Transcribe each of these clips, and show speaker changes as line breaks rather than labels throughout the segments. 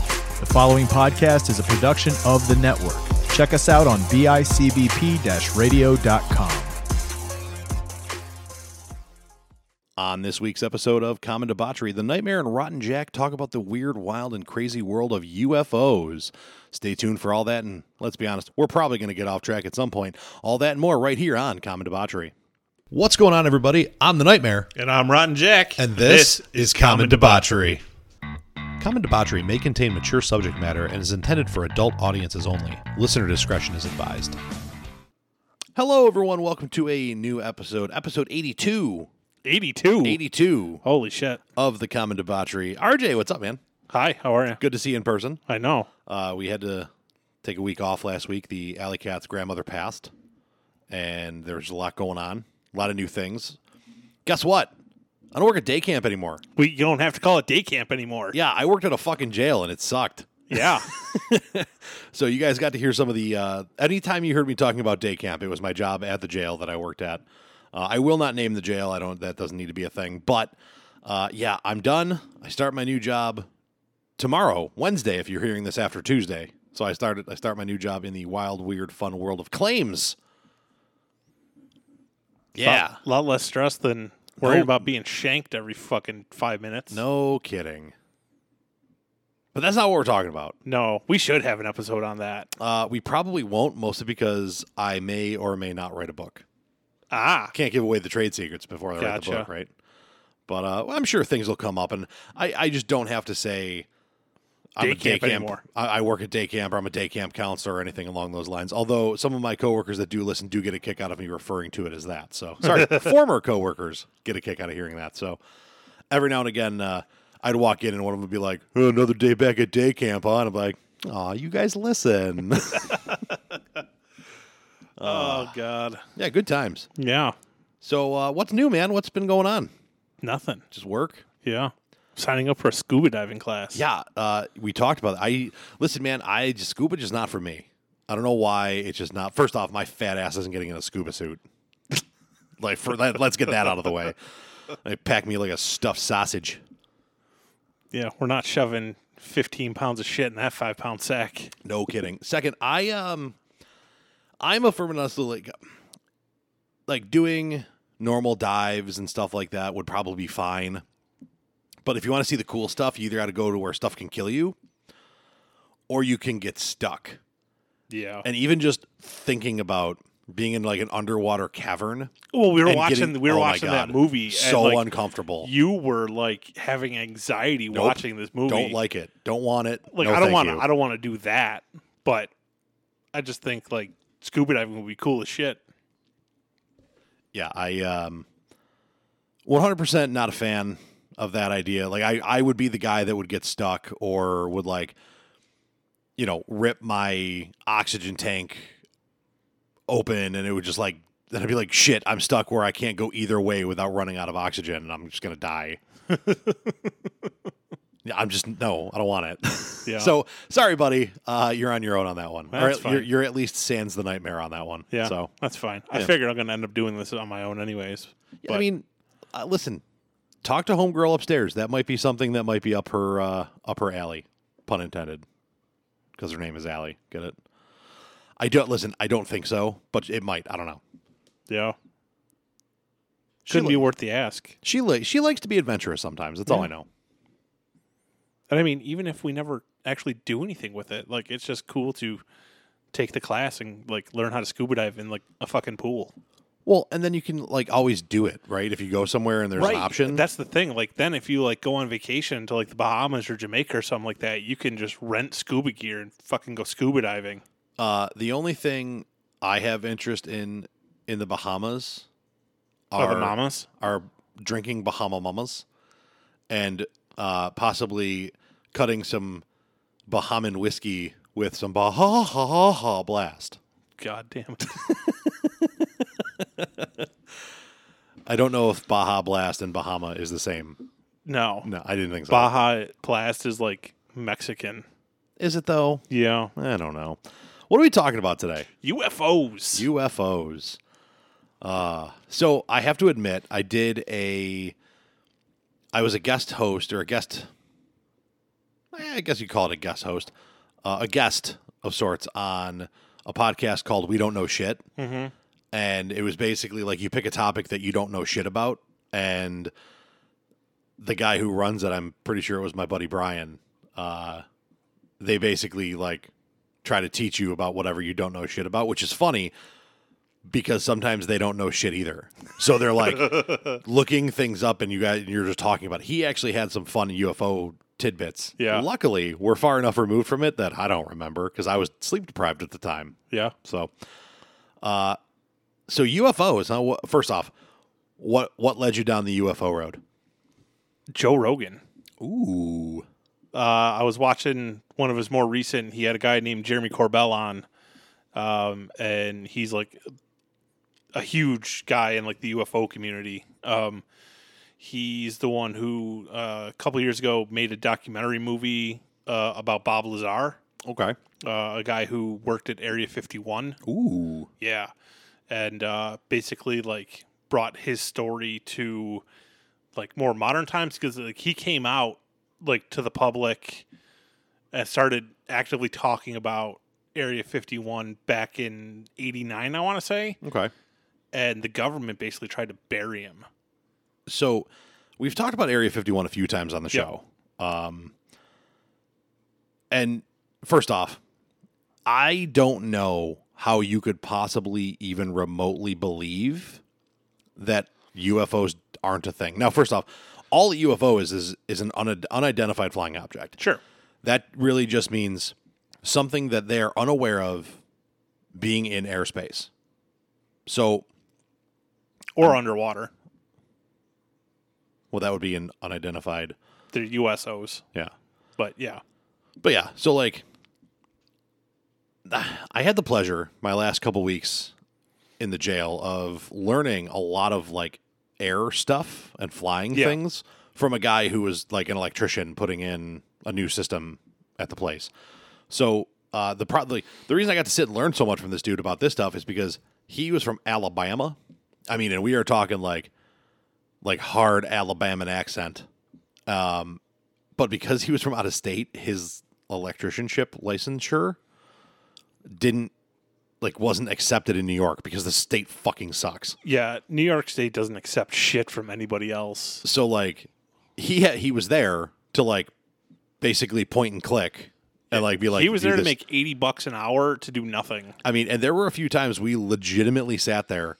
following podcast is a production of the network. Check us out on bicbp radio.com.
On this week's episode of Common Debauchery, The Nightmare and Rotten Jack talk about the weird, wild, and crazy world of UFOs. Stay tuned for all that, and let's be honest, we're probably going to get off track at some point. All that and more right here on Common Debauchery. What's going on, everybody? I'm The Nightmare.
And I'm Rotten Jack.
And this, is Common Debauchery. Common Debauchery may contain mature subject matter and is intended for adult audiences only. Listener discretion is advised. Hello, everyone. Welcome to a new episode, episode 82.
82.
82
Holy shit.
of the Common Debauchery. RJ, what's up, man?
Hi, how are you?
Good to see you in person.
I know.
Uh, we had to take a week off last week. The Alley Cat's grandmother passed, and there's a lot going on, a lot of new things. Guess what? I don't work at day camp anymore.
We you don't have to call it day camp anymore.
Yeah, I worked at a fucking jail, and it sucked.
Yeah.
So you guys got to hear some of the. Uh, anytime you heard me talking about day camp, it was my job at the jail that I worked at. Uh, I will not name the jail. I don't. That doesn't need to be a thing. But uh, yeah, I'm done. I start my new job tomorrow, Wednesday. If you're hearing this after Tuesday, so I started. I start my new job in the wild, weird, fun world of claims. Yeah.
A lot less stress than worrying
No.
about being shanked every fucking five minutes.
No kidding. But that's not what we're talking about.
No. We should have an episode on that.
Uh, we probably won't, mostly because I may or may not write a book.
Ah.
can't give away the trade secrets before I write the
Gotcha.
book, right? But uh, well, I'm sure things will come up, and I, I just don't have to say I'm
Day
a day
camp
camp.
anymore.
I, I work at day camp, or I'm a day camp counselor, or anything along those lines. Although some of my coworkers that do listen do get a kick out of me referring to it as that. So sorry, former coworkers get a kick out of hearing that. So every now and again, uh, I'd walk in and one of them would be like, "Oh, "Another day back at day camp," huh? and I'm like, "Aw, you guys listen." uh.
oh God.
yeah, good times.
Yeah.
So uh, what's new, man? What's been going on?
Nothing.
Just work.
Yeah. Signing up for a scuba diving class.
Yeah, uh, we talked about it. I listen, man. I just scuba just not for me. I don't know why it's just not. First off, my fat ass isn't getting in a scuba suit. like for let, let's get that out of the way. They pack me like a stuffed sausage.
Yeah. We're not shoving fifteen pounds of shit in that five pound sack.
No kidding. Second, I um, I'm a fundamental like, like doing normal dives and stuff like that would probably be fine. But if you want to see the cool stuff, you either got to go to where stuff can kill you, or you can get stuck.
Yeah.
and even just thinking about being in like an underwater cavern
well, we were
and
watching
getting-
we were
oh my
watching that
God,
movie. and,
so
like,
uncomfortable
you were like having anxiety watching this movie.
don't like it don't want it
like
No,
I don't
thank
want to
you.
I don't want to do that, but I just think like scuba diving would be cool as shit.
yeah i um 100% not a fan of that idea like i i would be the guy that would get stuck or would like you know rip my oxygen tank open and it would just like then i'd be like shit i'm stuck where i can't go either way without running out of oxygen and i'm just gonna die yeah i'm just no i don't want it
Yeah.
so sorry buddy uh you're on your own on that one
That's
or at- you're,
fine.
you're at least sans the nightmare on that one
Yeah,
so
that's fine. I
Yeah.
figured I'm gonna end up doing this on my own anyways.
I
but-
mean, uh, listen, talk to homegirl upstairs. That might be something that might be up her uh, up her alley, pun intended, because her name is Allie. Get it? I don't listen. I don't think so, but it might. I don't know.
yeah,
She
shouldn't be
li-
worth the ask.
She li- she likes to be adventurous sometimes. That's all
Yeah.
I know.
And I mean, even if we never actually do anything with it, like it's just cool to take the class and like learn how to scuba dive in like a fucking pool.
Well, and then you can like always do it, right? If you go somewhere and there's an option,
That's the thing. Like then, if you like go on vacation to like the Bahamas or Jamaica or something like that, you can just rent scuba gear and fucking go scuba diving.
Uh, the only thing I have interest in in the Bahamas
Are
are
the mamas?
are drinking Bahama Mamas and uh, possibly cutting some Bahaman whiskey with some Baha Blast.
God damn it.
I don't know if Baja Blast and Bahama is the same.
No.
No, I didn't think so.
Baja Blast is like Mexican.
is it though?
Yeah.
I don't know. What are we talking about today?
UFOs.
UFOs. Uh, so I have to admit, I did a. I was a guest host or a guest eh, I guess you call it a guest host, uh, a guest of sorts on a podcast called We Don't Know Shit.
Mhm.
And it was basically like you pick a topic that you don't know shit about. And the guy who runs it, I'm pretty sure it was my buddy Brian, uh, they basically like try to teach you about whatever you don't know shit about, which is funny because sometimes they don't know shit either. So they're like, looking things up and you guys you're just talking about it. he actually had some fun UFO tidbits.
Yeah.
Luckily, we're far enough removed from it that I don't remember because I was sleep deprived at the time.
Yeah.
So uh so UFOs, huh? Wha- First off, what what led you down the UFO road?
Joe Rogan.
Ooh.
Uh, I was watching one of his more recent. He had a guy named Jeremy Corbell on, um, and he's like a huge guy in like the UFO community. Um, he's the one who uh, a couple years ago made a documentary movie uh, about Bob Lazar,
Okay.
uh, a guy who worked at Area 51.
Ooh.
Yeah. And uh, basically, like, brought his story to like more modern times because like he came out like to the public and started actively talking about Area 51 back in 89, I want to say.
Okay.
And the government basically tried to bury him.
So we've talked about Area 51 a few times on the show. Um, and first off, I don't know how you could possibly even remotely believe that UFOs aren't a thing. Now, first off, all a UFO is is, is an un- unidentified flying object
Sure.
that really just means something that they are unaware of being in airspace. So,
Or underwater.
well, that would be an unidentified.
They're USOs.
Yeah.
But yeah.
But yeah, so like, I had the pleasure my last couple weeks in the jail of learning a lot of like air stuff and flying
Yeah.
things from a guy who was like an electrician putting in a new system at the place. So uh, the pro- the, the reason I got to sit and learn so much from this dude about this stuff is because he was from Alabama. I mean, and we are talking like like hard Alabama accent. Um, but because he was from out of state, his electricianship licensure didn't like wasn't accepted in New York because the state fucking sucks.
Yeah. New York State doesn't accept shit from anybody else.
So like he had, he was there to like basically point and click and like be like
he was
"Do
there to
this."
make 80 bucks an hour to do nothing.
I mean, and there were a few times we legitimately sat there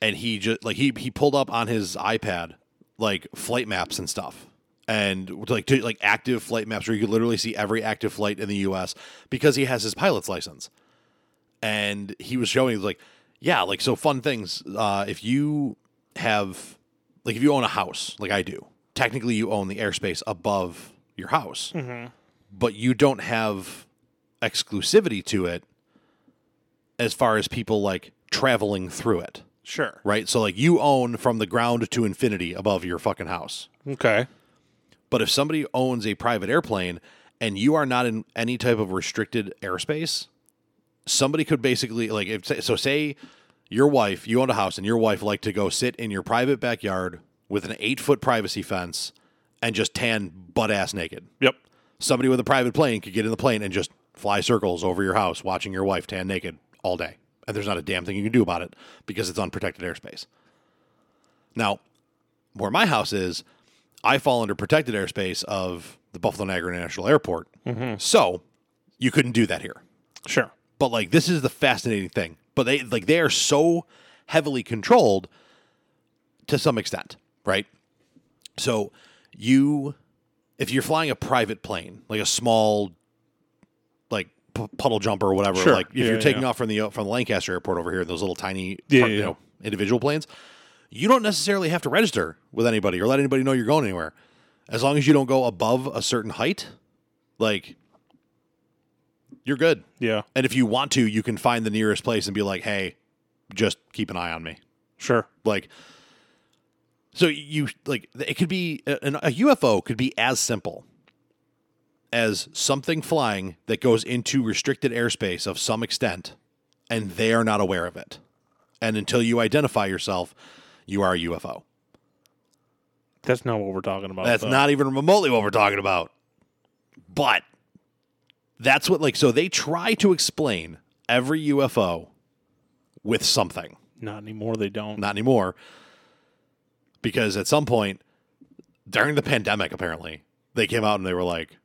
and he just like he he pulled up on his iPad like flight maps and stuff. And like to, like active flight maps where you could literally see every active flight in the US because he has his pilot's license. And he was showing he was like, yeah, like so fun things. Uh if you have like if you own a house, like I do, technically you own the airspace above your house. But you don't have exclusivity to it as far as people like traveling through it,
Sure.
right? So like you own from the ground to infinity above your fucking house.
Okay.
But if somebody owns a private airplane and you are not in any type of restricted airspace, somebody could basically like if so say your wife, you owned a house and your wife liked to go sit in your private backyard with an 8-foot privacy fence and just tan butt ass naked.
Yep.
Somebody with a private plane could get in the plane and just fly circles over your house watching your wife tan naked all day. And there's not a damn thing you can do about it because it's unprotected airspace. Now, where my house is, I fall under protected airspace of the Buffalo Niagara National Airport. So you couldn't do that here
Sure.
but like this is the fascinating thing but they like they are so heavily controlled to some extent right so you if you're flying a private plane like a small like p- puddle jumper or whatever
Sure.
like if
Yeah,
you're
yeah,
taking
yeah.
off from the from the lancaster airport over here those little tiny
Yeah,
you
yeah,
know individual planes you don't necessarily have to register with anybody or let anybody know you're going anywhere as long as you don't go above a certain height like you're good
Yeah.
and if you want to, you can find the nearest place and be like, hey, just keep an eye on me.
Sure.
Like, so you, like, it could be, an, a UFO could be as simple as something flying that goes into restricted airspace of some extent, and they are not aware of it. And until you identify yourself, you are a UFO.
That's not what we're talking about.
That's
though.
not even remotely what we're talking about. But that's what like so they try to explain every UFO with something.
Not anymore. They don't.
Not anymore. Because at some point during the pandemic apparently, they came out and they were like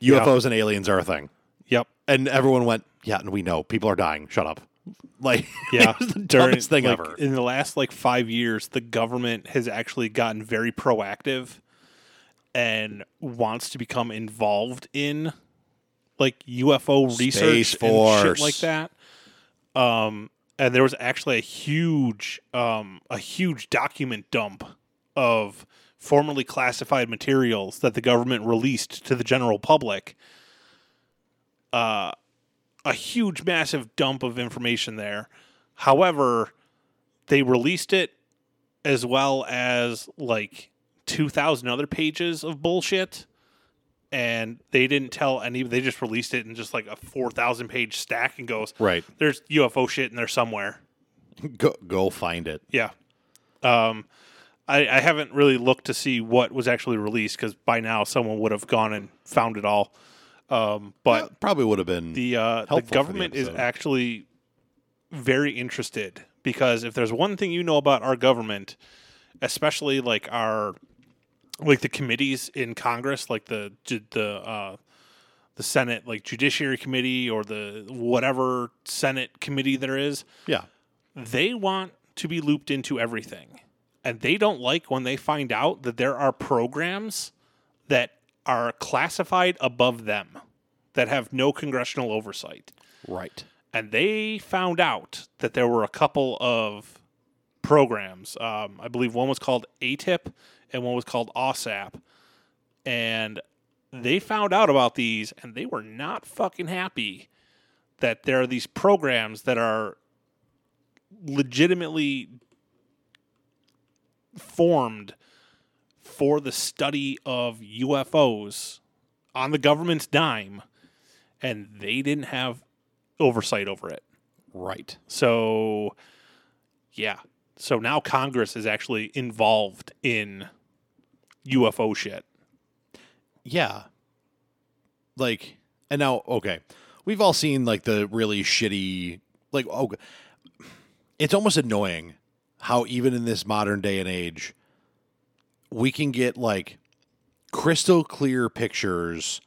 Yeah.
UFOs and aliens are a thing.
Yep.
And everyone went, "Yeah, and we know. People are dying. Shut up." Like
Yeah,
it was the
during-
dumbest thing
like,
ever.
In the last like five years, the government has actually gotten very proactive and wants to become involved in like UFO research and
Force.
shit like that. Um, and there was actually a huge, um, a huge document dump of formerly classified materials that the government released to the general public. Uh, a huge, massive dump of information there. However, they released it as well as like 2,000 other pages of bullshit. And they didn't tell any, they just released it in just like a 4,000 page stack and goes,
Right.
there's UFO shit in there somewhere.
Go go find it.
Yeah. Um, I, I haven't really looked to see what was actually released because by now someone would have gone and found it all. Um, but
That probably would have been
the uh,
helpful
the
for the
government is
episode.
actually very interested because if there's one thing you know about our government, especially like our like the committees in Congress, like the ju- the uh, the Senate, like Judiciary Committee or the whatever Senate committee there is,
yeah.
they want to be looped into everything. And they don't like when they find out that there are programs that are classified above them that have no congressional oversight.
Right.
And they found out that there were a couple of programs. Um, I believe one was called ATIP and one was called OSAP. And they found out about these and they were not fucking happy that there are these programs that are legitimately formed for the study of UFOs on the government's dime, and they didn't have oversight over it.
Right.
So, yeah. So now Congress is actually involved in UFO shit.
Yeah. Like, and now, okay, we've all seen like the really shitty, like, oh, it's almost annoying how even in this modern day and age, we can get like crystal clear pictures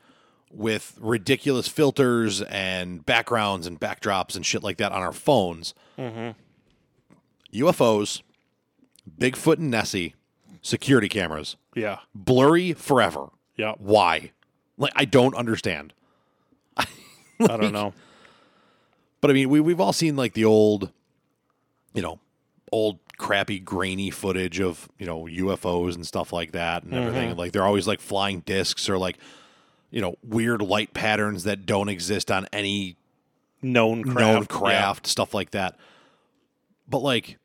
with ridiculous filters and backgrounds and backdrops and shit like that on our phones. UFOs, Bigfoot and Nessie, security cameras,
Yeah.
blurry forever
Yeah.
why like i don't understand
I don't know.
but i mean we, we've all seen like the old you know old crappy grainy footage of you know ufos and stuff like that and everything like they're always like flying discs or like you know weird light patterns that don't exist on any
Known craft.
known
Yeah.
craft stuff like that but like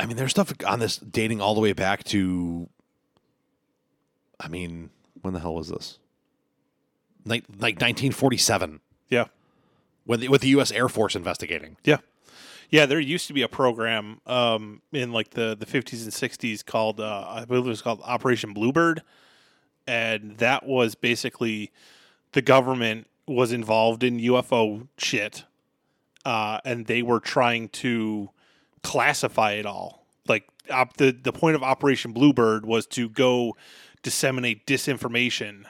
i mean there's stuff on this dating all the way back to i mean when the hell was this like like 1947
Yeah.
when the, with the U.S. Air Force investigating.
Yeah. Yeah, there used to be a program um, in like the, the 50s and 60s called, uh, I believe it was called Operation Bluebird. And that was basically the government was involved in UFO shit. Uh, and they were trying to classify it all. Like op- the, the point of Operation Bluebird was to go disseminate disinformation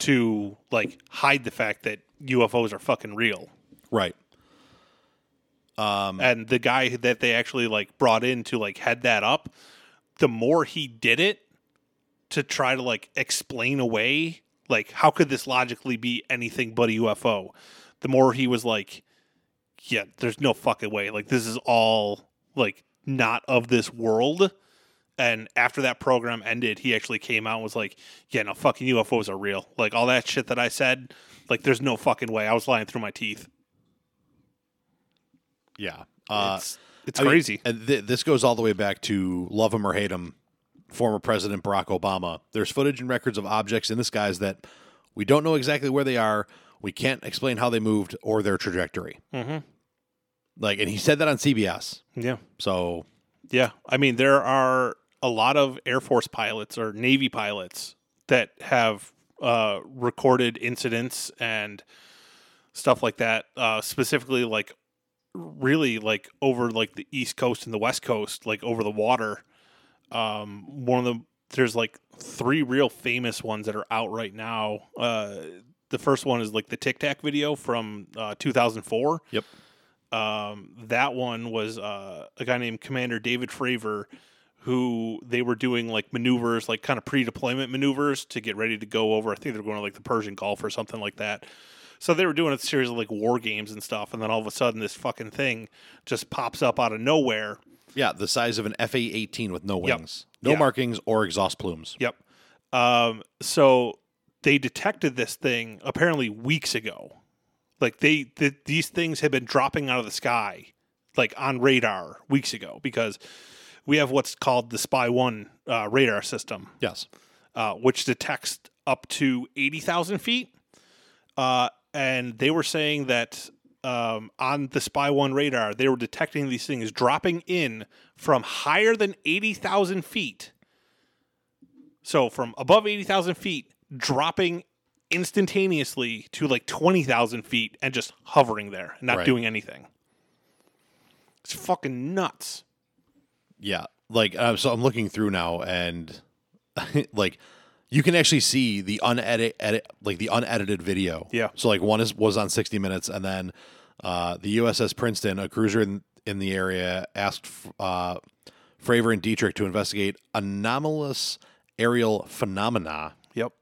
to like hide the fact that UFOs are fucking real
Right. Um.
and the guy that they actually like brought in to like head that up the more he did it to try to like explain away like how could this logically be anything but a ufo the more he was like yeah there's no fucking way like this is all like not of this world and after that program ended he actually came out and was like yeah no fucking ufos are real like all that shit that i said like there's no fucking way i was lying through my teeth
Yeah. Uh,
it's, it's
I mean,
crazy
and th- this goes all the way back to love him or hate him, former President Barack Obama. There's footage and records of objects in the skies that we don't know exactly where they are. We can't explain how they moved or their trajectory.
Mhm.
Like, and he said that on CBS.
yeah
So
Yeah, I mean there are a lot of Air Force pilots or Navy pilots that have uh, recorded incidents and stuff like that. Uh, specifically, like really like over like the East Coast and the West Coast, like over the water. Um, one of the there's like three real famous ones that are out right now. Uh, the first one is like the Tic Tac video from uh, 2004 um, that one was uh, a guy named Commander David Fravor, who they were doing like maneuvers, like kind of pre-deployment maneuvers to get ready to go over. I think they're going to like the Persian Gulf or something like that. So they were doing a series of like war games and stuff, and then all of a sudden this fucking thing just pops up out of nowhere.
Yeah, the size of an FA 18 with no
Yep.
wings, no
Yeah.
markings or exhaust plumes.
Yep. Um, so they detected this thing apparently weeks ago. Like they th- these things had been dropping out of the sky, like on radar weeks ago because we have what's called the Spy One uh, radar system,
Yes.
uh, which detects up to eighty thousand feet. Uh, and they were saying that um, on the Spy One radar, they were detecting these things dropping in from higher than eighty thousand feet. So from above 80,000 feet, dropping instantaneously to like 20,000 feet and just hovering there, and not
Right.
doing anything. It's fucking nuts.
Yeah. Like, uh, so I'm looking through now and like you can actually see the unedit edit, like the unedited video.
Yeah.
So like one is was on 60 minutes and then uh, the USS Princeton, a cruiser in, in the area asked f- uh, Fravor and Dietrich to investigate anomalous aerial phenomena.
Yep.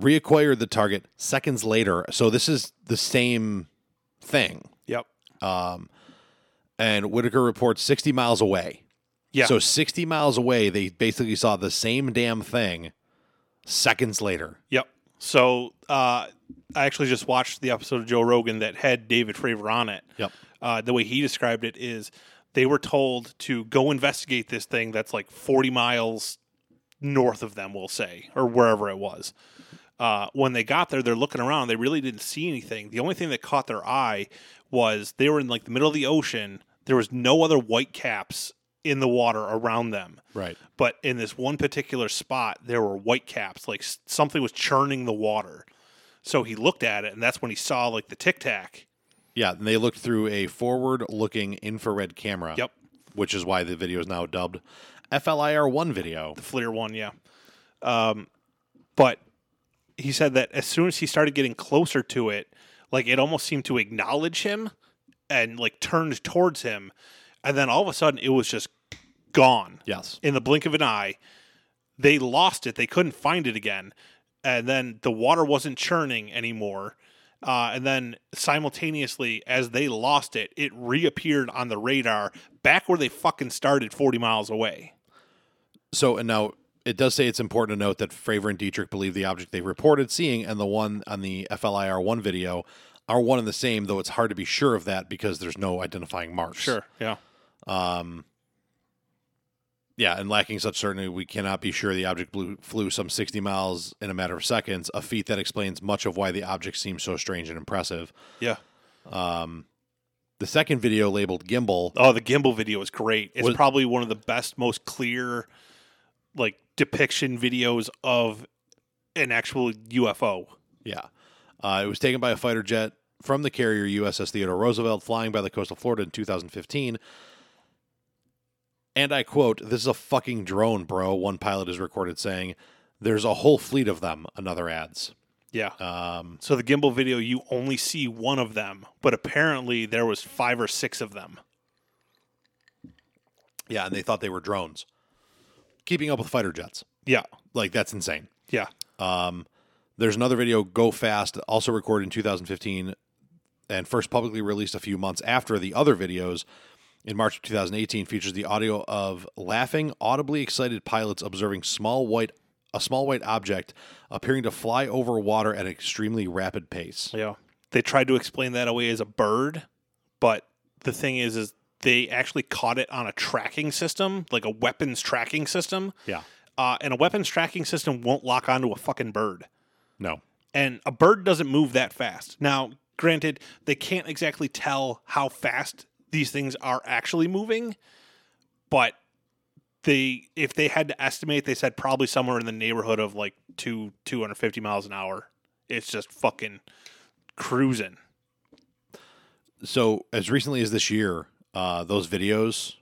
reacquired the target seconds later. So this is the same thing.
Yep.
And Whitaker reports 60 miles away.
Yeah.
So 60 miles away, they basically saw the same damn thing seconds later.
Yep. So uh, I actually just watched the episode of Joe Rogan that had David Fravor on it.
Yep.
Uh, the way he described it is they were told to go investigate this thing that's like 40 miles north of them, we'll say, or wherever it was. Uh, when they got there, they're looking around. They really didn't see anything. The only thing that caught their eye was they were in like the middle of the ocean. There was no other white caps in the water around them
Right.
but in this one particular spot there were white caps like s- something was churning the water so he looked at it and that's when he saw like the tic tac
Yeah. And they looked through a forward looking infrared camera.
Yep.
Which is why the video is now dubbed FLIR1 video.
the FLIR one yeah um, but he said that as soon as he started getting closer to it like it almost seemed to acknowledge him and like turned towards him and then all of a sudden it was just gone
Yes.
in the blink of an eye. They lost it. They couldn't find it again. And then the water wasn't churning anymore. Uh, and then simultaneously, as they lost it, it reappeared on the radar back where they fucking started 40 miles away.
So, and now it does say it's important to note that Fravor and Dietrich believe the object they reported seeing and the one on the FLIR one video are one and the same, though it's hard to be sure of that because there's no identifying marks.
Yeah.
Um, yeah, and lacking such certainty, we cannot be sure the object blew, flew some 60 miles in a matter of seconds, a feat that explains much of why the object seems so strange and impressive.
Yeah.
Um, the second video labeled Gimbal.
Oh, the gimbal video is great. It's
Was-
probably one of the best, most clear, like, depiction videos of an actual UFO.
Yeah. Uh, it was taken by a fighter jet from the carrier USS Theodore Roosevelt flying by the coast of Florida in 2015. And I quote, This is a fucking drone, bro, one pilot is recorded saying. There's a whole fleet of them, another adds.
Yeah.
Um,
So the gimbal video, you only see one of them, but apparently there was five or six of them.
yeah, and they thought they were drones. Keeping up with fighter jets.
Yeah,
Like, that's insane.
yeah,
There's another video, Go Fast, also recorded in 2015 and first publicly released a few months after the other videos in March of 2018 features the audio of laughing audibly excited pilots observing small white a small white object appearing to fly over water at an extremely rapid pace.
yeah. They tried to explain that away as a bird, but the thing is, is they actually caught it on a tracking system, like a weapons tracking system.
Yeah.
Uh, and a weapons tracking system won't lock onto a fucking bird.
No.
and a bird doesn't move that fast. Now, granted, they can't exactly tell how fast these things are actually moving, but they if they had to estimate, they said probably somewhere in the neighborhood of like two two hundred fifty miles an hour. It's just fucking cruising.
So as recently as this year, uh, those videos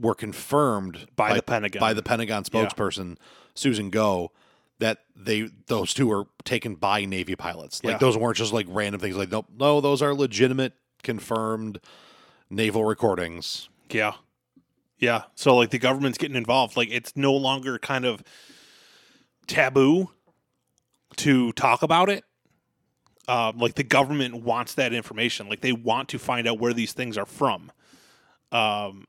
were confirmed
By the Pentagon.
by the Pentagon spokesperson Susan Go that they those two were taken by Navy pilots. Like
Yeah.
those weren't just like random things. Like no, no, those are legitimate, confirmed naval recordings.
Yeah. Yeah. So like the government's getting involved. Like it's no longer kind of taboo to talk about it. Uh, like the government wants that information. Like they want to find out where these things are from. Um,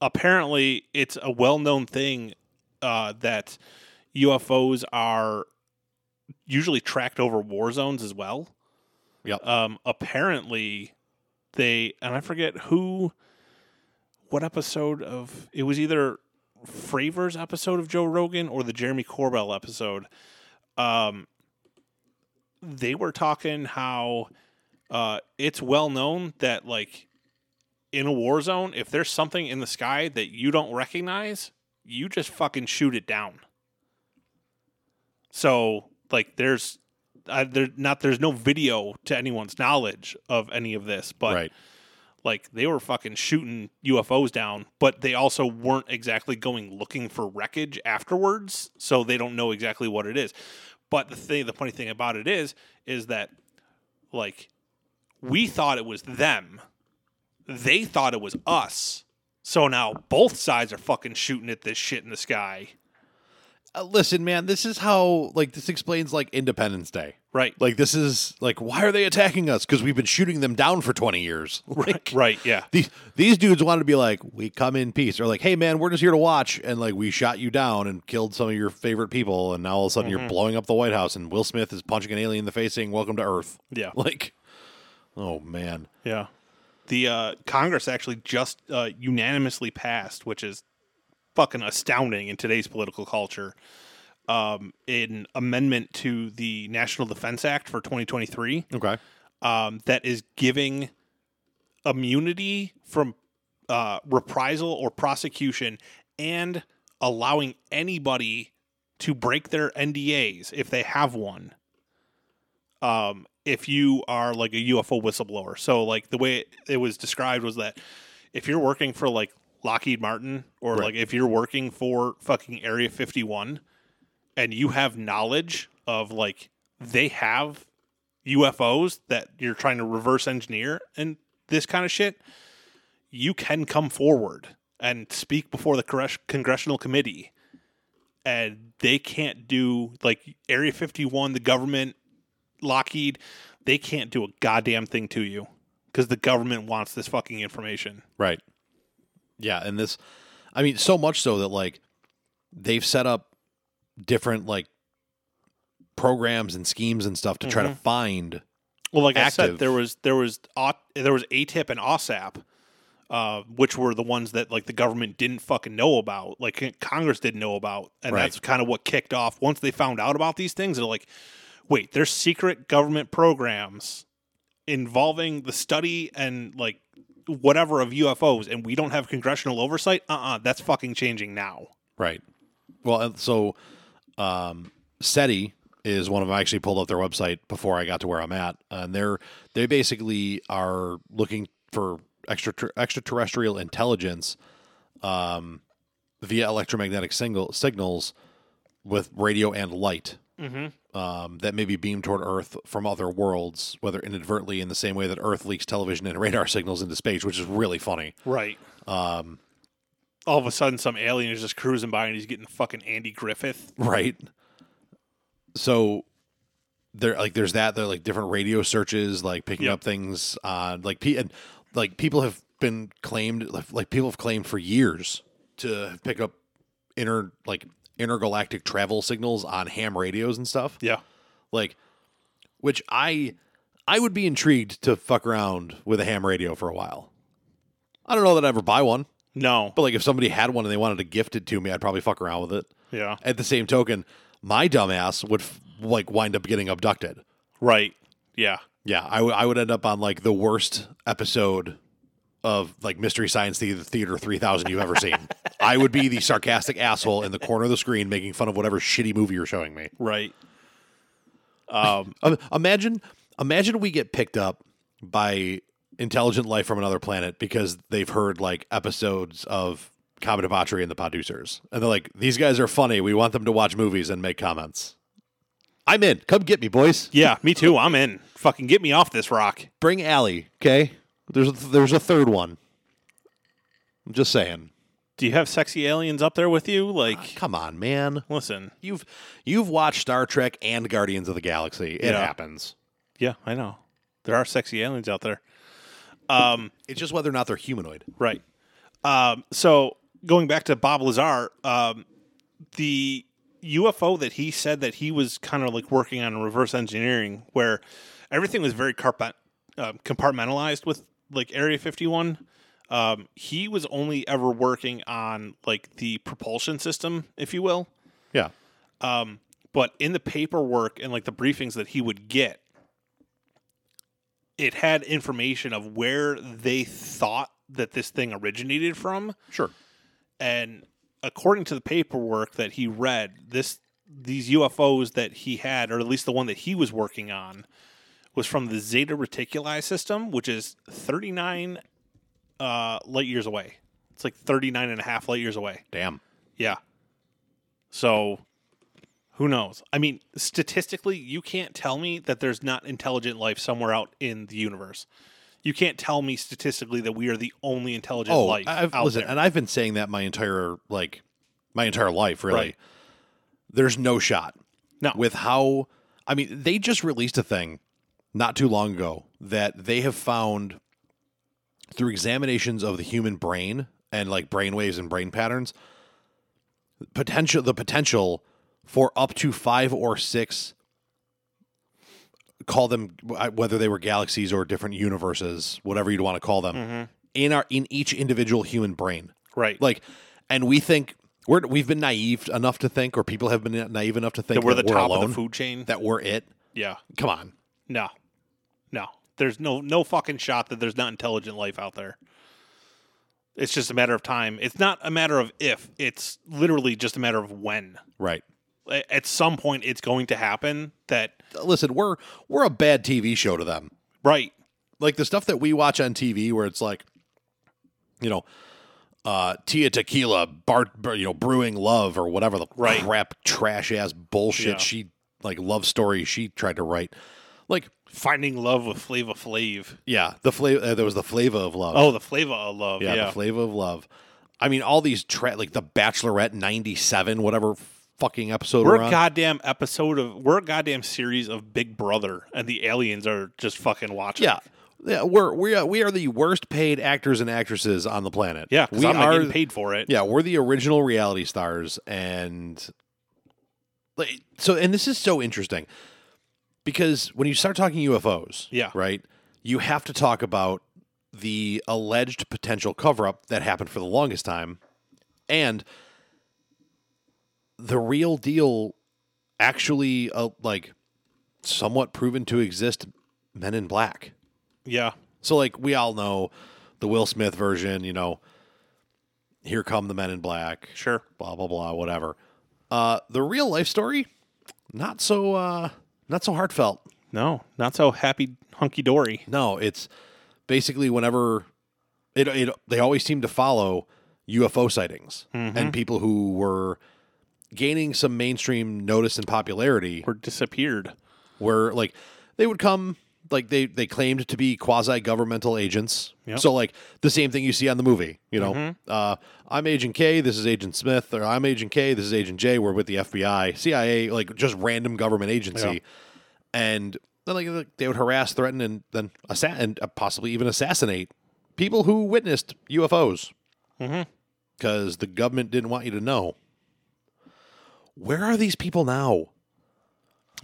apparently, it's a well-known thing uh, that UFOs are usually tracked over war zones as well.
Yep.
Um, apparently, they and I forget who, what episode of it was either Fravors episode of Joe Rogan or the Jeremy Corbell episode. Um, they were talking how uh, it's well known that like in a war zone, if there's something in the sky that you don't recognize, you just fucking shoot it down. So like there's uh, there not there's no video to anyone's knowledge of any of this, but
right.
like they were fucking shooting UFOs down, but they also weren't exactly going looking for wreckage afterwards, so they don't know exactly what it is. But the thing, the funny thing about it is, is that like we thought it was them, they thought it was us. So now both sides are fucking shooting at this shit in the sky,
Uh, listen, man, this is how like this explains like Independence Day.
right?
Like this is like why are they attacking us? Because we've been shooting them down for twenty years. Like,
right, yeah,
These these dudes wanted to be like, we come in peace, or like, hey man, we're just here to watch, and like we shot you down and killed some of your favorite people, and now all of a sudden you're blowing up the White House, and Will Smith is punching an alien in the face saying, "Welcome to Earth."
yeah.
Like, oh man,
Yeah. The uh, Congress actually just uh, unanimously passed, which is fucking astounding in today's political culture, um, an amendment to the National Defense Act for 2023
okay,
um, that is giving immunity from uh, reprisal or prosecution and allowing anybody to break their NDAs if they have one. Um, if you are like a UFO whistleblower. So, like, the way it was described was that if you're working for like Lockheed Martin or
Right.
like if you're working for fucking Area 51 and you have knowledge of like they have UFOs that you're trying to reverse engineer and this kind of shit, you can come forward and speak before the congres- congressional committee. And they can't do, like, Area 51, the government, Lockheed, they can't do a goddamn thing to you because the government wants this fucking information.
right, yeah, and this, I mean, so much so that like they've set up different like programs and schemes and stuff to try to find
Well, like I
active.
said, there was there was au- there was ATIP and OSAP, uh, which were the ones that like the government didn't fucking know about, like c- Congress didn't know about, and
Right.
that's kind of what kicked off. Once they found out about these things, they're like, wait, there's secret government programs involving the study and like whatever of UFOs, and we don't have congressional oversight. Uh, uh that's fucking changing now.
Right. Well, and so um, SETI is one of them. I actually pulled up their website before I got to where I'm at, and they're they basically are looking for extra extraterrestrial intelligence um, via electromagnetic single signals with radio and light
Mm-hmm.
um, that may be beamed toward Earth from other worlds, whether inadvertently in the same way that Earth leaks television and radar signals into space, which is really funny.
Right.
Um,
All of a sudden, some alien is just cruising by and he's getting fucking Andy Griffith.
right so there like there's that there are, like different radio searches like picking
Yep.
up things on like pe- and like people have been claimed like- like people have claimed for years to pick up inter like intergalactic travel signals on ham radios and stuff
Yeah.
like which i i would be intrigued to fuck around with a ham radio for a while i don't know that i would ever buy one
No.
but like if somebody had one and they wanted to gift it to me i'd probably fuck around with it
Yeah.
at the same token, my dumbass would f- like wind up getting abducted.
Right. Yeah.
Yeah, I would- I would end up on like the worst episode of like Mystery Science Theater, Theater 3000 you've ever seen. I would be the sarcastic asshole in the corner of the screen making fun of whatever shitty movie you're showing me.
Right.
Um, imagine, imagine we get picked up by intelligent life from another planet because they've heard like episodes of Comet Debauchery and the Producers, and they're like, "These guys are funny. We want them to watch movies and make comments." I'm in. Come get me, boys.
Yeah, me too. I'm in. Fucking get me off this rock.
Bring Allie. Okay. There's a, there's a third one. I'm just saying.
Do you have sexy aliens up there with you? Like,
Come on, man.
listen.
You've you've watched Star Trek and Guardians of the Galaxy. It
Yeah.
happens.
Yeah, I know. There are sexy aliens out there. Um,
It's just whether or not they're humanoid.
right. Um, so going back to Bob Lazar, um, the UFO that he said that he was kind of like working on reverse engineering, where everything was very carpet, uh, compartmentalized with like Area 51. Um, he was only ever working on like the propulsion system, if you will.
Yeah.
Um, but in the paperwork and like the briefings that he would get, it had information of where they thought that this thing originated from.
Sure.
And according to the paperwork that he read, this these UFOs that he had, or at least the one that he was working on, was from the Zeta Reticuli system, which is 39 uh, light years away. It's like 39 and a half light years away.
Damn.
Yeah. So who knows? I mean, statistically, you can't tell me that there's not intelligent life somewhere out in the universe. You can't tell me statistically that we are the only intelligent
Oh,
life
I've,
out
listen,
there.
and I've been saying that my entire like my entire life, really.
Right.
There's no shot.
No.
With how I mean, they just released a thing not too long ago that they have found through examinations of the human brain and like brain waves and brain patterns potential the potential for up to 5 or 6 call them uh, whether they were galaxies or different universes, whatever you'd want to call them,
Mm-hmm.
in our in each individual human brain.
right.
Like, and we think we're we've been naive enough to think, or people have been naive enough to think
that we're the top
alone,
of the food chain.
that we're it.
yeah.
Come on,
No. No. There's no no fucking shot that there's not intelligent life out there. It's just a matter of time. It's not a matter of if. It's literally just a matter of when.
right?
A- At some point it's going to happen that
Listen, we're we're a bad TV show to them.
right.
Like the stuff that we watch on TV, where it's like, you know, uh, Tia Tequila, Bart, you know, brewing love or whatever the
Right.
crap, trash ass bullshit
Yeah.
she like love story she tried to write. Like,
Finding love with Flava Flav.
yeah, the flavor uh, there was the flavor of love.
Oh, the flavor of love.
yeah,
Yeah.
the flavor of love. I mean, all these tra- like the Bachelorette '97, whatever fucking episode
we're
we're,
a
on.
goddamn episode of we're a goddamn series of Big Brother, and the aliens are just fucking watching.
yeah, yeah, we're we are, we are the worst paid actors and actresses on the planet.
yeah. 'cause
we
I'm not
are.
getting paid for it.
Yeah, we're the original reality stars, and like so. And this is so interesting because when you start talking UFOs,
Yeah.
right, you have to talk about the alleged potential cover-up that happened for the longest time, and the real deal actually uh, like somewhat proven to exist men in black
yeah.
so like we all know the will smith version you know here come the men in black
Sure.
blah blah blah whatever uh the real life story not so uh not so heartfelt
No, not so happy hunky dory.
no it's basically whenever it, it they always seem to follow ufo sightings and people who were gaining some mainstream notice and popularity
Or disappeared.
were like they would come like they they claimed to be quasi governmental agents.
Yep. Mm-hmm.
So like the same thing you see on the movie, you know. Uh, I'm Agent K, this is Agent Smith, or I'm Agent K, this is Agent J. We're with the FBI, CIA, like just random government agency,
Yeah.
and then like, like they would harass, threaten, and then assa- and uh, possibly even assassinate people who witnessed UFOs
Mm-hmm.
because the government didn't want you to know. Where are these people now?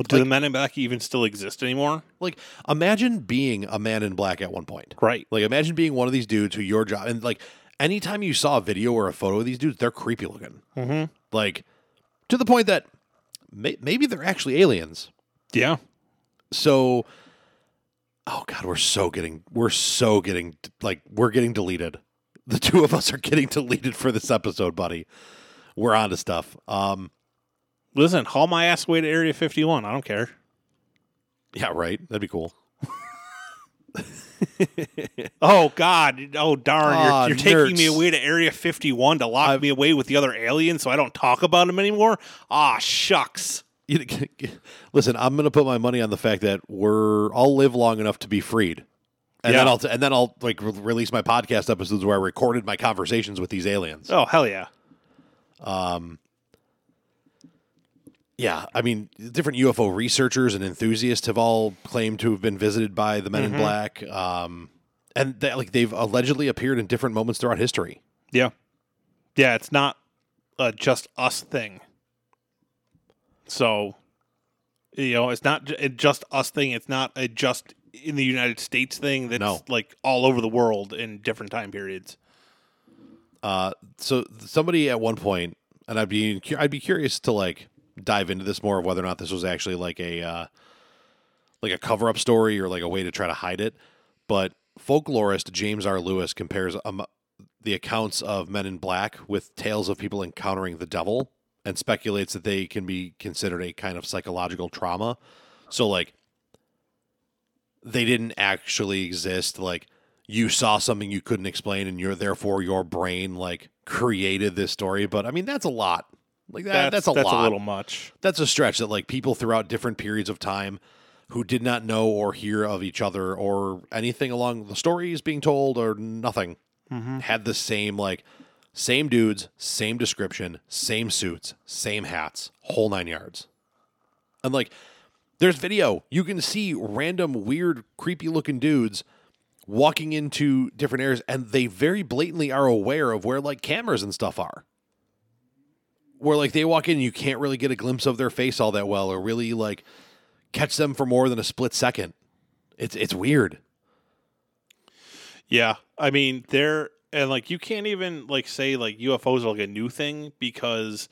Do the men in black even still exist anymore?
Like, imagine being a man in black at one point.
Right.
Like, imagine being one of these dudes who your job, and like, anytime you saw a video or a photo of these dudes, they're creepy looking.
Mhm.
Like, to the point that may- maybe they're actually aliens.
Yeah.
So, Oh God, we're so getting we're so getting like we're getting deleted. The two of us are getting deleted for this episode, buddy. We're on to stuff. Um,
Listen, haul my ass away to Area 51. I don't care.
yeah, right. That'd be cool.
Oh God! Oh darn!
Aw,
you're, you're taking me
nerds.
away to Area 51 to lock me away with the other aliens, so I don't talk about them anymore. Ah, shucks.
You, listen, I'm gonna put my money on the fact that we're I'll live long enough to be freed, and then
Yeah.
I'll and then I'll like re- release my podcast episodes where I recorded my conversations with these aliens.
Oh hell yeah!
Yeah, I mean, different UFO researchers and enthusiasts have all claimed to have been visited by the Men in Black, um, and that like they've allegedly appeared in different moments throughout history.
Yeah, yeah. It's not a just us thing. So, you know, it's not ju- a just us thing. It's not a just in the United States thing. That's
No.
like all over the world in different time periods.
Uh, so somebody at one point, and I'd be cu- I'd be curious to like dive into this more of whether or not this was actually like a uh, like a cover up story or like a way to try to hide it. But folklorist James R. Lewis compares um, the accounts of Men in Black with tales of people encountering the devil and speculates that they can be considered a kind of psychological trauma. So like they didn't actually exist like you saw something you couldn't explain and you're therefore your brain like created this story but i mean that's a lot like that, that's, a
that's a
lot
little much.
that's a stretch that like people throughout different periods of time who did not know or hear of each other or anything along the stories being told or nothing had the same like same dudes same description same suits same hats whole nine yards and like there's video you can see random weird creepy looking dudes walking into different areas and they very blatantly are aware of where like cameras and stuff are where like they walk in and you can't really get a glimpse of their face all that well or really like catch them for more than a split second. It's it's weird.
Yeah, I mean they're and like you can't even like say like UFOs are like a new thing because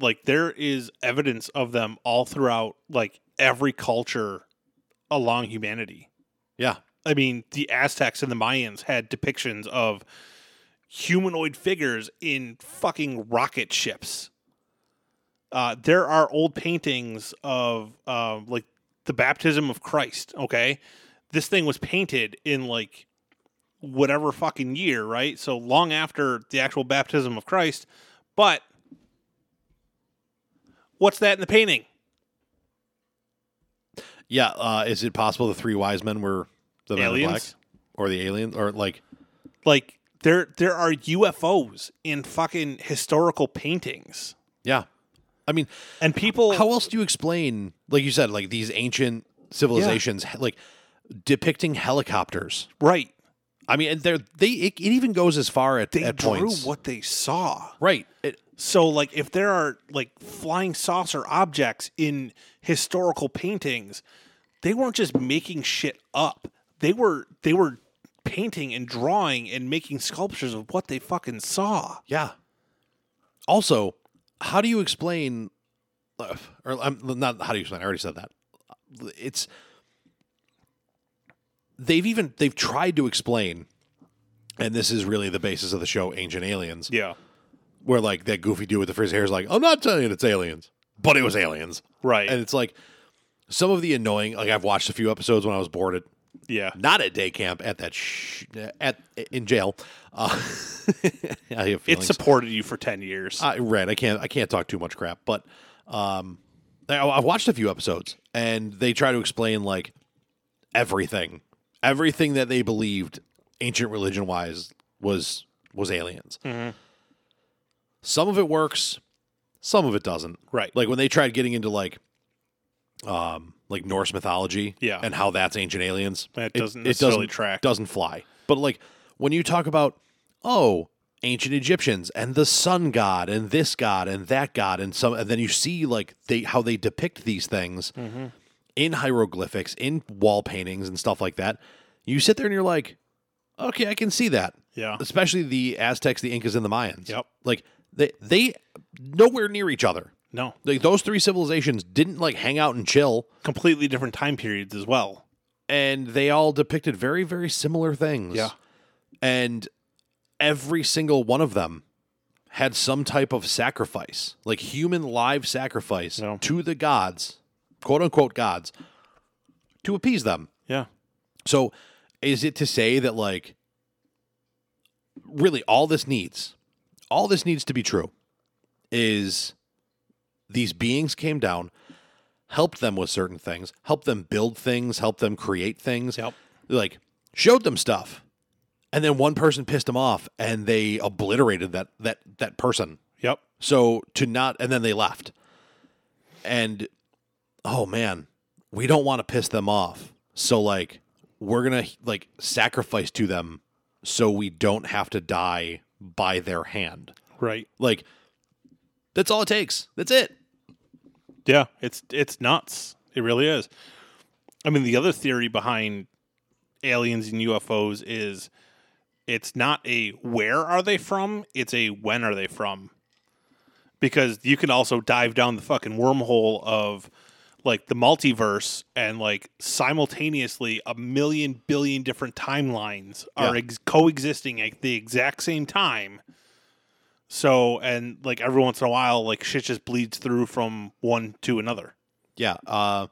like there is evidence of them all throughout like every culture along humanity.
Yeah.
I mean, the Aztecs and the Mayans had depictions of humanoid figures in fucking rocket ships. Uh, there are old paintings of um, like the baptism of Christ. Okay, this thing was painted in like whatever fucking year, right? So long after the actual baptism of Christ. But what's that in the painting?
Yeah, uh is it possible the three wise men were the men in black
Aliens?
or the aliens or like
Like there, there are UFOs in fucking historical paintings.
yeah. I mean,
And people,
how else do you explain like you said like these ancient civilizations like depicting helicopters?
right?
I mean, and they're they it, it even goes as far at
They
at
drew
points.
what they saw.
Right. It,
So, like, if there are like flying saucer objects in historical paintings, they weren't just making shit up. They were they were painting and drawing and making sculptures of what they fucking saw.
Yeah. Also, how do you explain, uh, or I'm not how do you explain? I already said that. It's they've even they've tried to explain, and this is really the basis of the show, Ancient Aliens,
Yeah.
where like that goofy dude with the frizzy hair is like, I'm not telling you it's aliens, but it was aliens,
Right.
and it's like some of the annoying. Like I've watched a few episodes when I was bored at
yeah.
not at day camp at that sh- at in jail. Uh, I have
It
feelings.
supported you for ten years.
Uh, right. I can't. I can't talk too much crap. But um, I, I've watched a few episodes, and they try to explain like everything, everything that they believed ancient religion wise was was aliens.
Mm-hmm.
Some of it works, some of it doesn't.
Right.
Like when they tried getting into like. Um, like Norse mythology,
Yeah.
and how that's ancient aliens.
That doesn't necessarily track.
Doesn't fly. But like when you talk about oh ancient Egyptians and the sun god and this god and that god and some and then you see like they how they depict these things
Mm-hmm.
in hieroglyphics in wall paintings and stuff like that. You sit there and you're like, okay, I can see that.
Yeah.
Especially the Aztecs, the Incas, and the Mayans.
Yep.
Like they they nowhere near each other.
No.
Like those three civilizations didn't like hang out and chill.
Completely different time periods as well.
and they all depicted very very similar things.
Yeah.
and every single one of them had some type of sacrifice, like human live sacrifice
No.
to the gods, quote unquote gods, to appease them.
Yeah.
So, is it to say that like really all this needs, all this needs to be true, is these beings came down, helped them with certain things, helped them build things, helped them create things,
Yep.
like showed them stuff, and then one person pissed them off, and they obliterated that that that person.
Yep.
So to not, and then they left. And oh man, we don't want to piss them off. So like, we're gonna like sacrifice to them, so we don't have to die by their hand.
Right.
Like, that's all it takes. That's it.
Yeah, it's it's nuts. It really is. I mean, the other theory behind aliens and UFOs is it's not a where are they from, it's a when are they from. Because you can also dive down the fucking wormhole of like the multiverse and like simultaneously a million billion different timelines are
Yeah.
ex- coexisting at the exact same time. So and like every once in a while, like shit just bleeds through from one to another.
Yeah. Uh,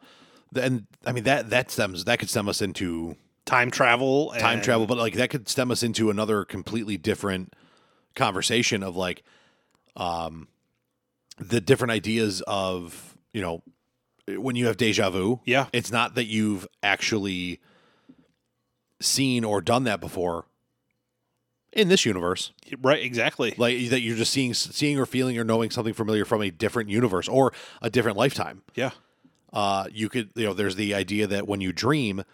th- and I mean that that stems that could stem us into
Time travel, and,
time travel, but like that could stem us into another completely different conversation of like um the different ideas of, you know, when you have deja vu.
Yeah.
It's not that you've actually seen or done that before in this universe.
Right, exactly.
Like that you're just seeing seeing or feeling or knowing something familiar from a different universe or a different lifetime
yeah,
uh, you could you know there's the idea that when you dream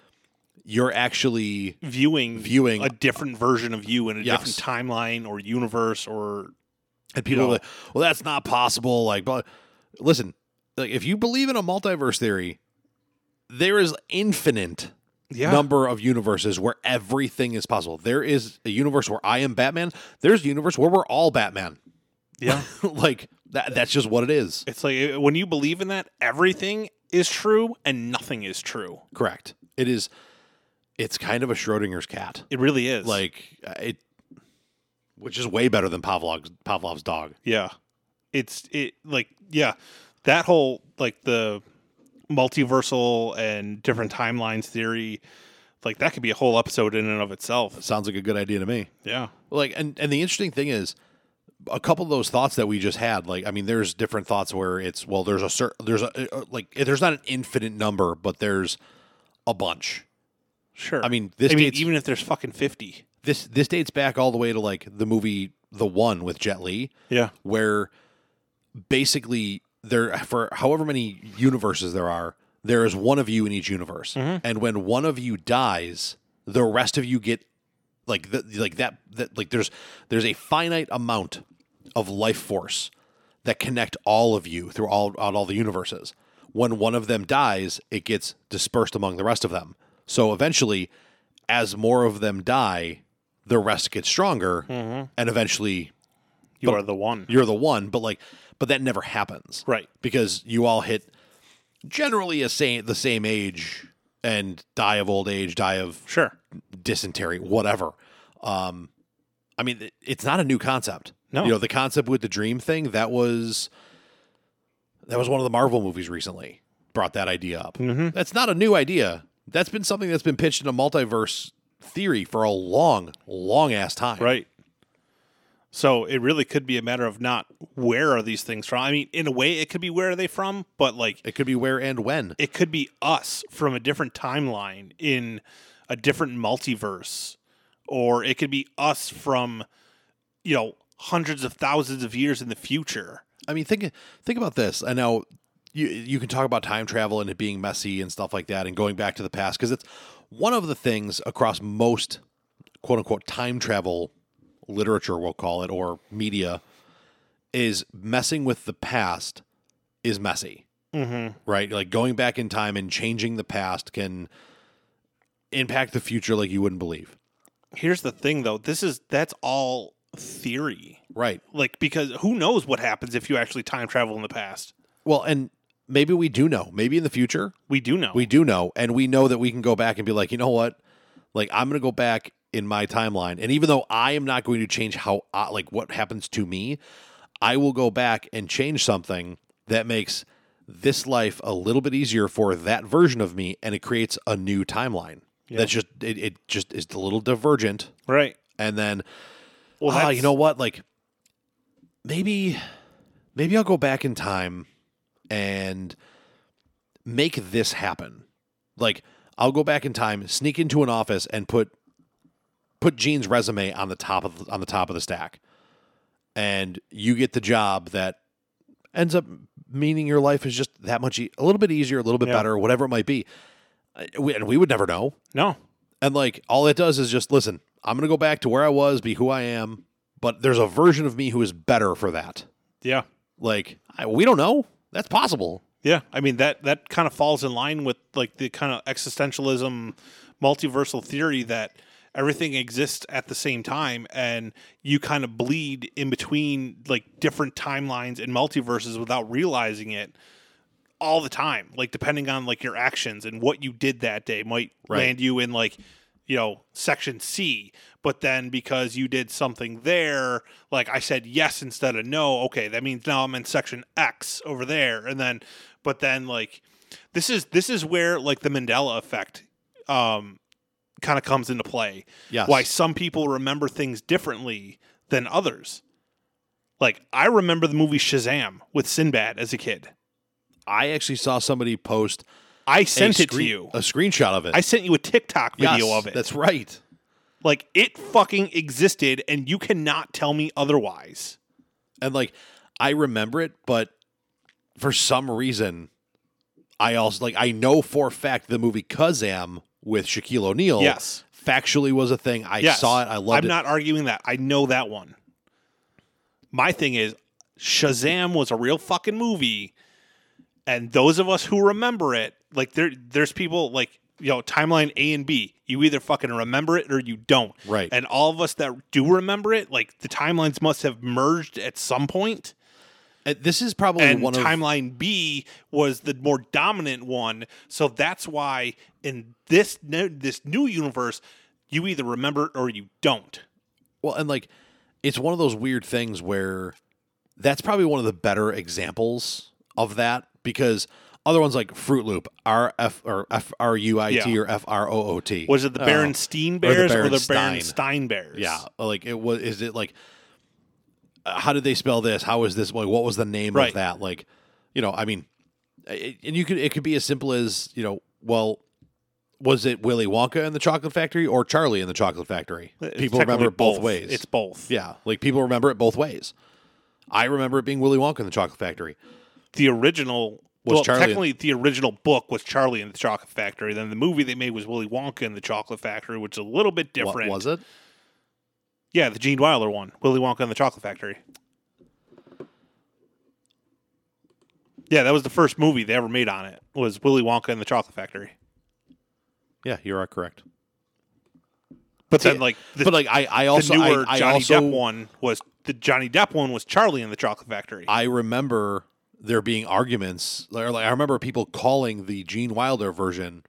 you're actually
viewing
Viewing-
a different version of you in a
Yes.
different timeline or universe or
and people are
Yeah.
like well that's not possible like but listen like if you believe in a multiverse theory there is infinite
yeah,
number of universes where everything is possible there is a universe where i am batman there's a universe where we're all batman
yeah.
like that, that's just what it is
It's like eh, when you believe in that, everything is true and nothing is true.
correct it is it's kind of a schrodinger's cat
It really is.
like uh, it which is way better than pavlov's pavlov's dog
yeah, it's it like yeah, that whole like the multiversal and different timelines theory, like that could be a whole episode in and of itself.
sounds like a good idea to me
Yeah,
like and and the interesting thing is a couple of those thoughts that we just had like i mean there's different thoughts where it's well there's a certain there's a uh, like there's not an infinite number but there's a bunch
sure.
i mean this
I mean,
dates,
even if there's fucking fifty.
this this dates back all the way to like the movie the one with jet li
Yeah,
where basically there for however many universes there are, there is one of you in each universe, and when one of you dies, the rest of you get like the, like that, that like there's there's a finite amount of life force that connect all of you through all out all the universes. When one of them dies, it gets dispersed among the rest of them. So eventually, as more of them die, the rest gets stronger, and eventually
you are the one.
you're the one, but like, but that never happens,
Right.
Because you all hit generally a same the same age and die of old age, die of
Sure.
dysentery, whatever. Um, I mean, it- it's not a new concept.
No.
you know the concept with the dream thing that was that was one of the Marvel movies recently brought that idea up.
Mm-hmm.
That's not a new idea. That's been something that's been pitched in a multiverse theory for a long, long ass time.
Right. So it really could be a matter of not where are these things from. I mean, in a way, it could be where are they from, but like
It could be where and when.
it could be us from a different timeline in a different multiverse, or it could be us from, you know, hundreds of thousands of years in the future.
I mean, think think about this. I know you you can talk about time travel and it being messy and stuff like that, and going back to the past because it's one of the things across most quote unquote time travel literature, we'll call it, or media, is messing with the past is messy,
Mm-hmm.
right? Like going back in time and changing the past can impact the future like you wouldn't believe,
Here's the thing, though. This is that's all theory.
right?
Like, because who knows what happens if you actually time travel in the past?
Well, and maybe we do know. Maybe in the future
We do know.
we do know, and we know that we can go back and be like, you know what? Like I'm going to go back in my timeline, and even though I am not going to change how I, like what happens to me, I will go back and change something that makes this life a little bit easier for that version of me, and it creates a new timeline.
Yeah.
That's just it, it. Just is a little divergent,
right.
and then
Well,
ah,
that's,
you know what? Like maybe maybe I'll go back in time and make this happen. Like I'll go back in time, sneak into an office and put put Gene's resume on the top of on the top of the stack. And you get the job that ends up meaning your life is just that much e- a little bit easier, a little bit
Yeah.
better, whatever it might be. Uh, we- And we would never know.
no.
And like all it does is just listen, I'm gonna go back to where I was, be who I am, but there's a version of me who is better for that.
Yeah.
Like I, we don't know. That's possible.
Yeah, I mean that that kind of falls in line with like the kind of existentialism multiversal theory that everything exists at the same time and you kind of bleed in between like different timelines and multiverses without realizing it all the time like depending on like your actions and what you did that day might
Right.
land you in like you know section c but then because you did something there like i said yes instead of no okay that means now i'm in section x over there and then but then like this is this is where like the mandela effect um kind of comes into play
Yes.
why some people remember things differently than others like i remember the movie shazam with sinbad as a kid
I actually saw somebody post
I
a
sent it to
screen-
you.
a screenshot of it.
I sent you a TikTok
Yes,
video of it.
That's right.
like it fucking existed, and you cannot tell me otherwise.
And like I remember it, but for some reason I also like I know for a fact the movie Kazam with Shaquille O'Neal
Yes.
factually was a thing. I
Yes.
saw it. I loved
I'm
it.
not arguing that. I know that one. My thing is, Shazam was a real fucking movie, and those of us who remember it, like there, there's people like you know timeline A and B. You either fucking remember it or you don't.
Right.
And all of us that do remember it, like the timelines must have merged at some point.
And this is probably
and
one of
timeline B was the more dominant one. So that's why in this new, this new universe, you either remember it or you don't.
Well, and like it's one of those weird things where that's probably one of the better examples of that because other ones like Fruit Loop, R F or F R U I T
Yeah.
or F R O O T.
Was it the
Oh.
Berenstein Bears or the
Berenstain.
Berenstein Bears?
Yeah, like it was. Is it like? uh, How did they spell this? How is this? Like, what was the name
Right.
of that? Like, you know, I mean, it, and you could it could be as simple as you know, well, was it Willy Wonka in the Chocolate Factory or Charlie in the Chocolate Factory?
It's
People remember
technically
it both ways.
It's both.
Yeah, like people remember it both ways. I remember it being Willy Wonka in the Chocolate Factory.
The original
Was
well,
Charlie-
technically the original book was Charlie and the Chocolate Factory. Then the movie they made was Willy Wonka and the Chocolate Factory, which is a little bit
What
different.
was it?
Yeah, the Gene Wilder one, Willy Wonka and the Chocolate Factory. Yeah, that was the first movie they ever made on it. Was Willy Wonka and the Chocolate Factory?
Yeah, you are correct.
But
See,
then, like the,
but like I, I also
the newer
I, I
Johnny
also
Depp one was the Johnny Depp one was Charlie and the Chocolate Factory.
I remember there being arguments. Like, like, I remember people calling the Gene Wilder version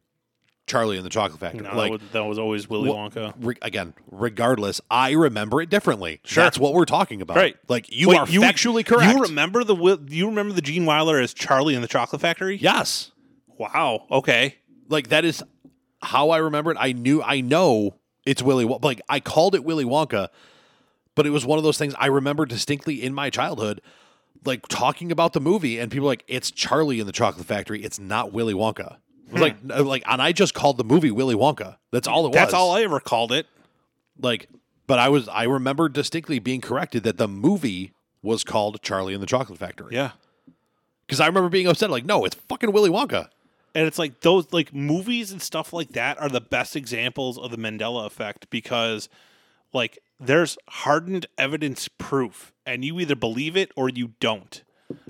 Charlie in the Chocolate Factory.
no, that,
like
was, that was always Willy
Wha-
Wonka.
re- again, regardless, I remember it differently.
Sure.
That's what we're talking about.
Right.
Like you
Wait,
are factually correct.
You remember the Wil- you remember the Gene Wilder as Charlie and the Chocolate Factory?
yes.
Wow. Okay.
Like that is how I remember it. I knew I know it's Willy Wonka. Like I called it Willy Wonka, but it was one of those things I remember distinctly in my childhood, like talking about the movie and people were like it's Charlie in the Chocolate Factory. It's not Willy Wonka. I was like no, like and I just called the movie Willy Wonka. That's all it was.
Hmm. That's all I ever called it.
like but I was I remember distinctly being corrected that the movie was called Charlie in the Chocolate Factory.
Yeah.
Because I remember being upset, like, no, it's fucking Willy Wonka.
And it's like those like movies and stuff like that are the best examples of the Mandela effect because like there's hardened evidence proof and you either believe it or you don't.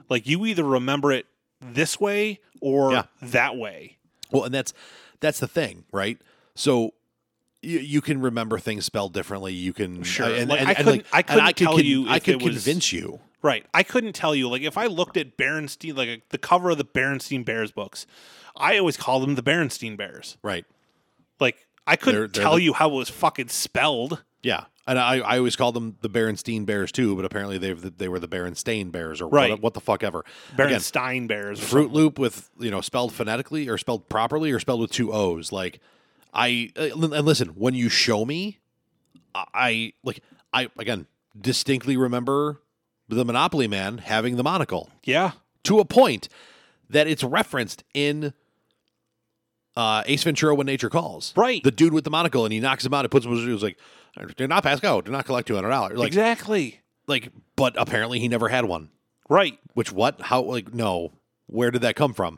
Like you either remember it this way or
Yeah.
that way.
Well, and that's that's the thing, right? So you, you can remember things spelled differently. You can
Sure.
and,
Like,
and-
I
and, like,
couldn't- I
and
couldn't
could
tell you
I
if
could
it was-
convince you
Right. I couldn't tell you. Like, if I looked at Berenstein, like the cover of the Berenstein Bears books, I always call them the Berenstein Bears.
Right.
Like, I couldn't
They're- they're
tell
the-
you how it was fucking spelled.
Yeah. And I, I always called them the Berenstain Bears too, but apparently they they were the Berenstain Bears or
Right.
what, what the fuck ever. Again,
Berenstein Bears. Or
Fruit Loop with you know spelled phonetically or spelled properly or spelled with two O's. Like I uh, and listen when you show me, I- I like I again distinctly remember the Monopoly Man having the monocle
something. Yeah.
to a point that it's referenced in uh, Ace Ventura: When Nature Calls.
Right.
the dude with the monocle and he knocks him out. It puts him. He was like, "Do not pass go. Do not collect two hundred dollars." Like,
exactly.
like, but apparently he never had one.
Right.
Which what? How? Like no. Where did that come from?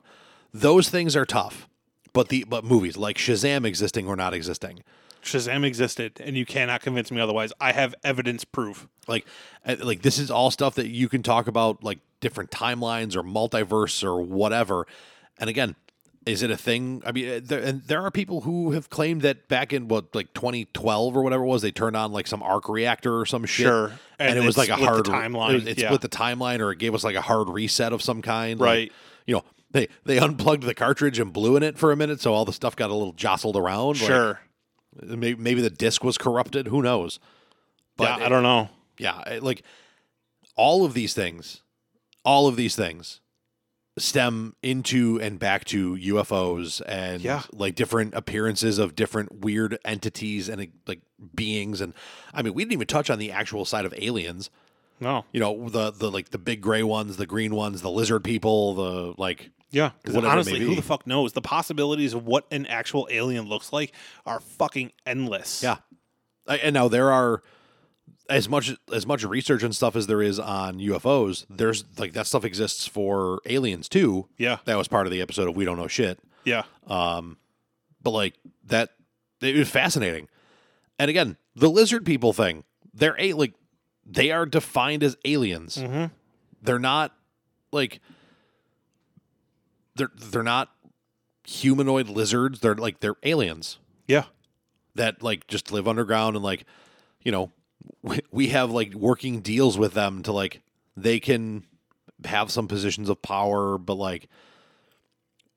Those things are tough. But the but movies like Shazam existing or not existing,
Shazam existed, and you cannot convince me otherwise. I have evidence proof.
like uh, like this is all stuff that you can talk about like different timelines or multiverse or whatever. And again, is it a thing? I mean, uh, there, and there are people who have claimed that back in what like 2012 or whatever it was, they turned on like some arc reactor or some shit,
Sure.
and,
And
it was
it
like a
split the
hard
timeline.
It, was- it
Yeah.
split the timeline, or it gave us like a hard reset of some kind, Like,
Right.
you know, they they unplugged the cartridge and blew in it for a minute, so all the stuff got a little jostled around. like,
Sure.
maybe maybe the disc was corrupted. Who knows?
But I don't know.
yeah I- like all of these things all of these things stem into and back to ufos and
Yeah.
like different appearances of different weird entities and like beings and i mean we didn't even touch on the actual side of aliens
No.
you know the the like the big gray ones the green ones the lizard people the like
Yeah. 'Cause
Whatever it may
honestly,
be.
who the fuck knows? The possibilities of what an actual alien looks like are fucking endless.
Yeah. I, and now there are as much as much research and stuff as there is on UFOs. There's like that stuff exists for aliens too.
Yeah.
That was part of the episode of We Don't Know Shit.
Yeah.
But like that, it was fascinating. And again, the lizard people thing. They're a like they are defined as aliens.
Mhm.
They're not like they're they're not humanoid lizards. They're like they're aliens.
Yeah.
that like just live underground and like you know we- we have like working deals with them to like they can have some positions of power but like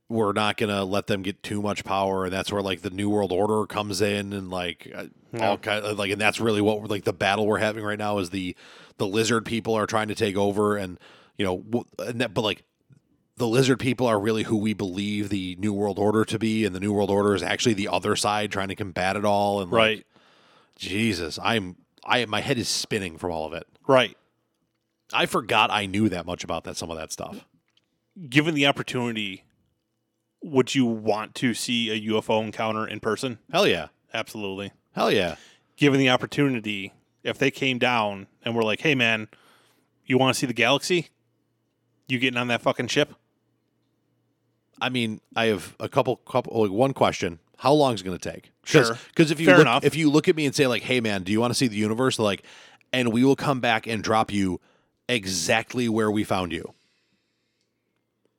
we're not gonna let them get too much power and that's where like the new world order comes in and like uh, all kind of like and that's really what we're like the battle we're having right now is the the lizard people are trying to take over and you know w- and that, but like the lizard people are really who we believe the new world order to be and the new world order is actually the other side trying to combat it all and like,
Right.
jesus i'm i my head is spinning from all of it
Right.
i forgot i knew that much about that some of that stuff
Given the opportunity, would you want to see a UFO encounter in person?
hell yeah
Absolutely.
hell yeah
Given the opportunity, if they came down and were like, "Hey, man, you want to see the galaxy? You getting on that fucking ship?"
i mean i have a couple couple like one question how long is it going to take
Sure.
because if you
Fair
look,
enough.
if you look at me and say like hey man do you want to see the universe They're like and we will come back and drop you exactly where we found you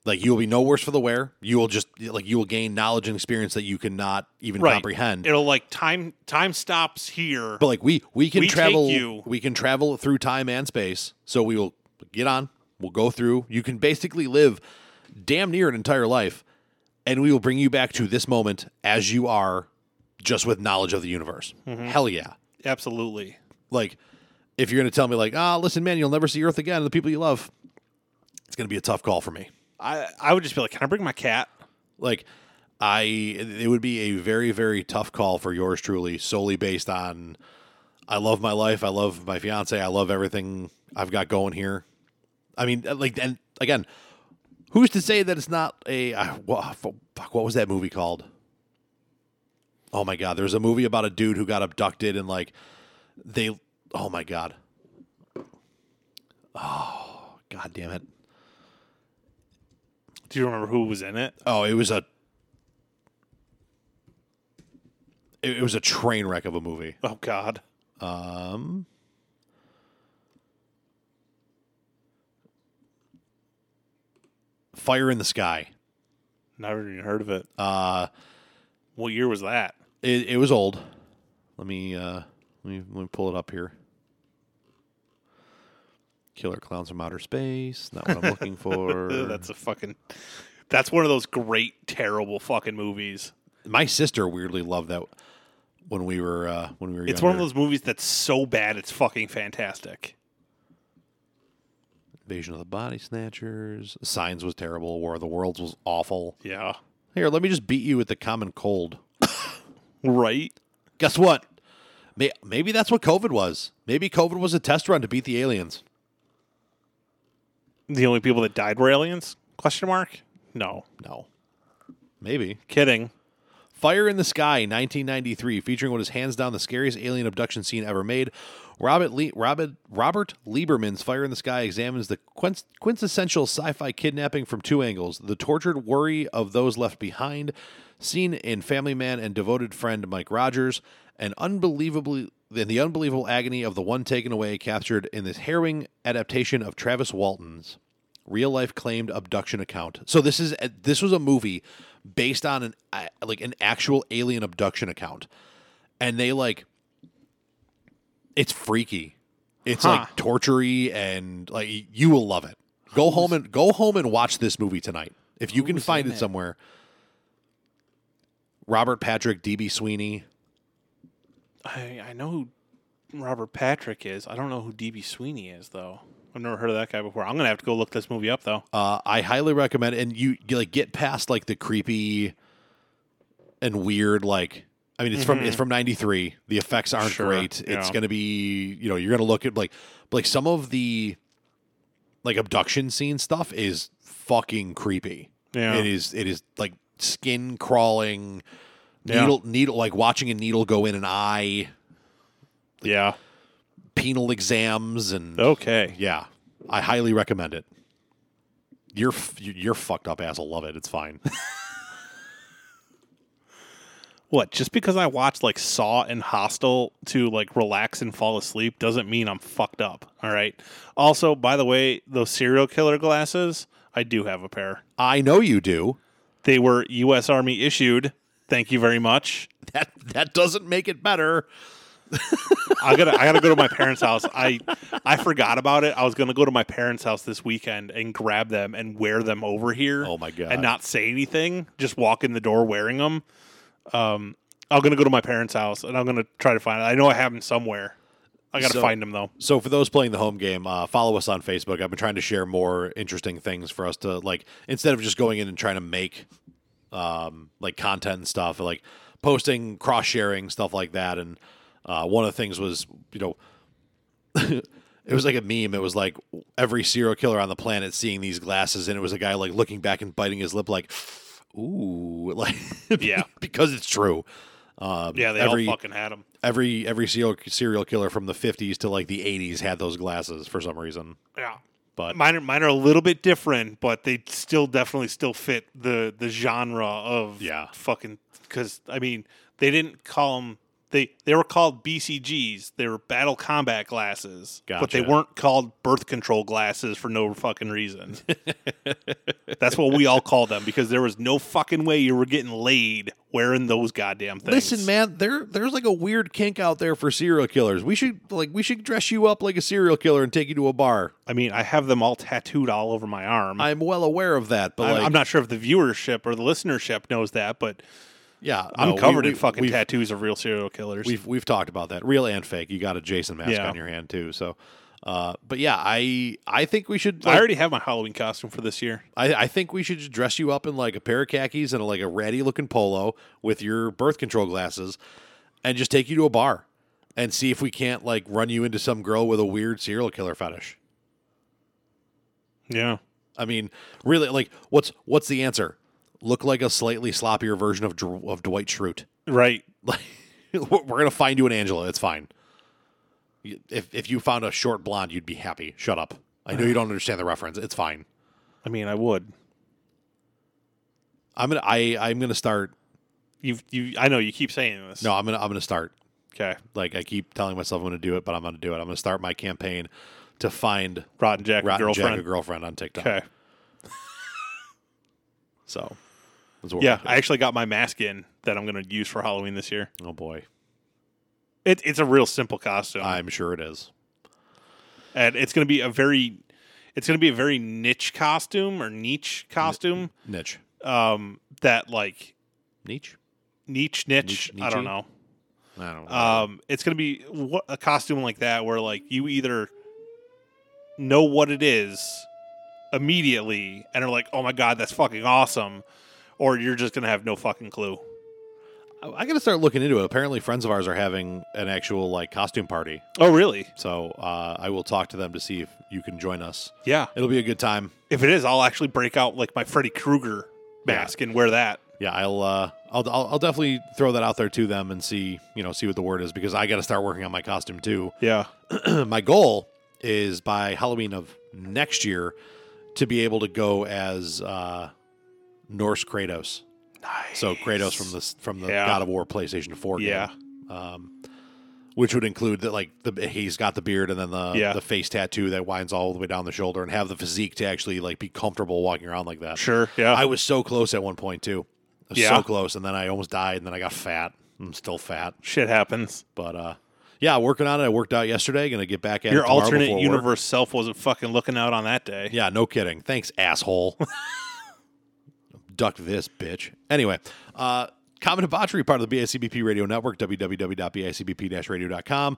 like you will be no worse for the wear you will just like you will gain knowledge and experience that you cannot even
Right.
comprehend
It'll like time time stops here.
But like we we can
We take
travel
you.
we can travel through time and space. So we will get on. We'll go through. You can basically live damn near an entire life and we will bring you back to this moment as you are just with knowledge of the universe.
Mm-hmm.
Hell yeah.
Absolutely.
Like if you're going to tell me like, "Ah, listen man, you'll never see earth again, the people you love." It's going to be a tough call for me.
I I would just be like, "Can I bring my cat?"
Like I it would be a very very tough call for yours truly solely based on I love my life, I love my fiance, I love everything I've got going here. I mean uh, like and again, who's to say that it's not a uh, wha- f- fuck what was that movie called? Oh my god, there's a movie about a dude who got abducted and like they oh my god. Oh, god damn it.
Do you remember who was in it?
Oh, it was a it, it was a train wreck of a movie.
Oh God.
Um Fire in the Sky.
Never even heard of it.
Uh
What year was that?
it, it was old. Let me uh let me let me pull it up here. Killer Clowns from Outer Space. Not what I'm looking for.
that's a fucking. That's one of those great, terrible fucking movies.
My sister weirdly loved that when we were uh, when we were.
It's one of
younger.
those movies that's so bad it's fucking fantastic.
Invasion of the Body Snatchers. Signs was terrible. War of the Worlds was awful.
Yeah.
Here, let me just beat you with the common cold.
Right?
Guess what? May- Maybe that's what COVID was. Maybe COVID was a test run to beat the aliens.
The only people that died were aliens? Question mark? No.
No. Maybe.
Kidding.
Fire in the Sky, 1993, featuring what is hands down the scariest alien abduction scene ever made. Robert Le- Robert Robert Lieberman's Fire in the Sky examines the quinc- quintessential sci-fi kidnapping from two angles: the tortured worry of those left behind, seen in Family Man and devoted friend Mike Rogers, and unbelievably then the unbelievable agony of the one taken away, captured in this harrowing adaptation of Travis Walton's real life claimed abduction account. So this is this was a movie based on an uh, like an actual alien abduction account, and they like it's freaky. It's
Huh.
like tortury and like you will love it. Go home and go home and watch this movie tonight if you can find it somewhere. Robert Patrick, DB Sweeney.
I, I know who Robert Patrick is. I don't know who DB Sweeney is, though. I've never heard of that guy before. I'm going to have to go look this movie up, though.
Uh, I highly recommend, and you, you like get past like the creepy and weird. Like, I mean, it's from it's from '93. The effects aren't
Mm-hmm. Sure,
great. It's
yeah.
gonna be, you know, you're gonna look at like like some of the like abduction scene stuff is fucking creepy.
Yeah.
It is it is like skin crawling,
Yeah.
needle needle like watching a needle go in an eye,
Yeah.
penal exams, and
Okay.
yeah, I highly recommend it. Your f- your fucked up ass will love it. It's fine.
What? Just because I watched like Saw and Hostel to like relax and fall asleep doesn't mean I'm fucked up. All right. Also, by the way, those serial killer glasses, I do have a pair.
I know you do.
They were U.S. Army issued. Thank you very much.
That that doesn't make it better.
I gotta I gotta go to my parents' house. I I forgot about it. I was gonna go to my parents' house this weekend and grab them and wear them over here.
Oh, my God.
And not say anything. Just walk in the door wearing them. Um, I'm gonna go to my parents' house and I'm gonna try to find it. I know I have them somewhere. I gotta
So-
find them though.
So for those playing the home game, uh, follow us on Facebook. I've been trying to share more interesting things for us to like instead of just going in and trying to make um, like content and stuff, like posting, cross sharing stuff like that. And uh, one of the things was you know. It was like a meme. It was like every serial killer on the planet seeing these glasses, and it was a guy like looking back and biting his lip, like, "Ooh, like,
Yeah.
because it's true." Um,
Yeah, they
every,
all fucking had them.
every every serial serial killer from the 50s to like the 80s had those glasses for some reason.
Yeah.
But
Mine are, mine are a little bit different, but they still definitely still fit the the genre of
Yeah.
fucking because I mean they didn't call them they they were called BCGs they were battle combat glasses but they
Gotcha.
weren't called birth control glasses for no fucking reason. That's what we all called them because there was no fucking way you were getting laid wearing those goddamn things.
listen, man, there there's like a weird kink out there for serial killers. We should like we should dress you up like a serial killer and take you to a bar.
I mean I have them all tattooed all over my arm.
I'm well aware of that, but
I'm-
like,
I'm not sure if the viewership or the listenership knows that, but
Yeah,
I'm
no, we-
covered
we-
in fucking
we've,
tattoos of real serial killers.
We've we've talked about that, real and fake. You got a Jason mask
Yeah.
on your hand too, so. Uh, but yeah, I I think we should.
I
like,
already have my Halloween costume for this year.
I, I think we should just dress you up in like a pair of khakis and like a ratty looking polo with your birth control glasses and just take you to a bar and see if we can't like run you into some girl with a weird serial killer fetish.
Yeah.
I mean, really like what's what's the answer? Look like a slightly sloppier version of Dr- of Dwight Schrute.
Right.
Like we're going to find you an Angela, it's fine. You- If if you found a short blonde, you'd be happy. Shut up. I know you don't understand the reference. It's fine.
I mean, I would.
I'm going to I I'm going to start
You you I know you keep saying this.
No, I'm going to I'm going to start
Okay.
like I keep telling myself I'm going to do it, but I'm going to do it. I'm going to start my campaign to find
Rotten Jack
Rotten
girlfriend.
Jack a girlfriend on TikTok.
okay.
So that's what
Yeah,
we're
I
gonna
actually got my mask in that I'm going to use for Halloween this year.
do. oh boy,
It, it's a real simple costume.
I'm sure it is.
and it's going to be a very, it's going to be a very niche costume or niche costume.
Niche.
Um, that like
Niche?
niche niche.
Niche-
I don't
niche-y?
know.
I don't know.
Um, it's going to be wha- a costume like that where like you either know what it is immediately and are like, oh my god, that's fucking awesome, or you're just going to have no fucking clue.
I, I got to start looking into it. Apparently, friends of ours are having an actual like costume party.
Oh really?
So uh, I will talk to them to see if you can join us.
Yeah.
It'll be a good time.
If it is, I'll actually break out like my Freddy Krueger
Yeah.
mask and wear that.
Yeah, I'll, uh, I'll I'll I'll definitely throw that out there to them and see you know see what the word is because I got to start working on my costume too.
Yeah.
my goal is by Halloween of next year to be able to go as uh, Norse Kratos.
Nice.
So Kratos from the from the
Yeah.
God of War PlayStation Four game.
Yeah.
Um, which would include that like the he's got the beard and then the
Yeah.
the face tattoo that winds all the way down the shoulder and have the physique to actually like be comfortable walking around like that.
Sure. Yeah.
I was so close at one point too. I was
Yeah.
so close, and then I almost died, and then I got fat. I'm still fat,
Shit happens.
but uh, yeah, working on it. I worked out yesterday. Gonna get back at it
Your
tomorrow
alternate
before work.
universe self wasn't fucking looking out on that day.
Yeah, no kidding. Thanks, asshole. Duck this, bitch. Anyway, uh, Common Debauchery, part of the BICBP Radio Network, www.bicbp radio.com.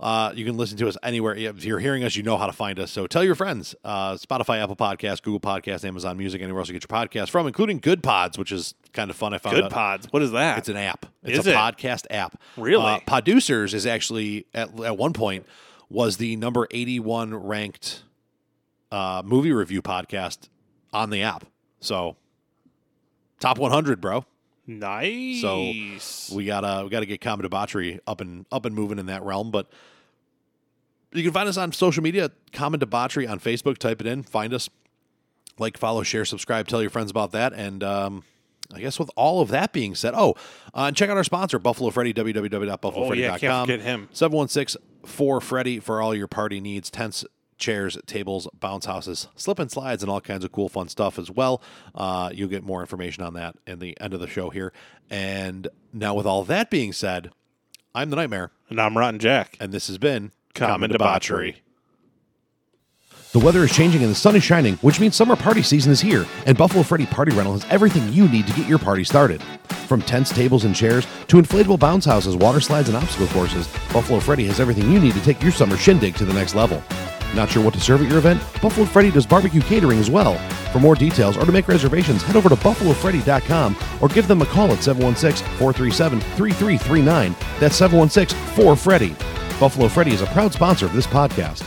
Uh, you can listen to us anywhere. If you're hearing us, you know how to find us. So tell your friends uh, Spotify, Apple Podcasts, Google Podcasts, Amazon Music, anywhere else you get your podcast from, including Good Pods, which is kind of fun. I found
Good
out.
pods. What is that?
It's an app. It's
Is
a
it?
podcast app.
Really?
Uh, Producers is actually at at one point was the number eighty one ranked uh, movie review podcast on the app. So top one hundred, bro.
nice.
We gotta we gotta get Common Debauchery up and up and moving in that realm. But you can find us on social media, Common Debauchery on Facebook. Type it in, find us, like, follow, share, subscribe, tell your friends about that, and um, I guess with all of that being said, oh, uh, and check out our sponsor, Buffalo Freddy,
oh yeah, can't
www.buffalofreddy.com.
forget him.
716 4 Freddy for all your party needs tents, chairs, tables, bounce houses, slip and slides, and all kinds of cool, fun stuff as well. Uh, you'll get more information on that in the end of the show here. And now, with all that being said, I'm the Nightmare,
And I'm Rotten Jack.
and this has been
Common Debauchery.
The weather is changing and the sun is shining, which means summer party season is here, and Buffalo Freddy Party Rental has everything you need to get your party started. From tents, tables, and chairs to inflatable bounce houses, water slides, and obstacle courses, Buffalo Freddy has everything you need to take your summer shindig to the next level. Not sure what to serve at your event? Buffalo Freddy does barbecue catering as well. For more details or to make reservations, head over to buffalofreddy.com or give them a call at 716 437 3339. That's 716 4 Freddy. Buffalo Freddy is a proud sponsor of this podcast.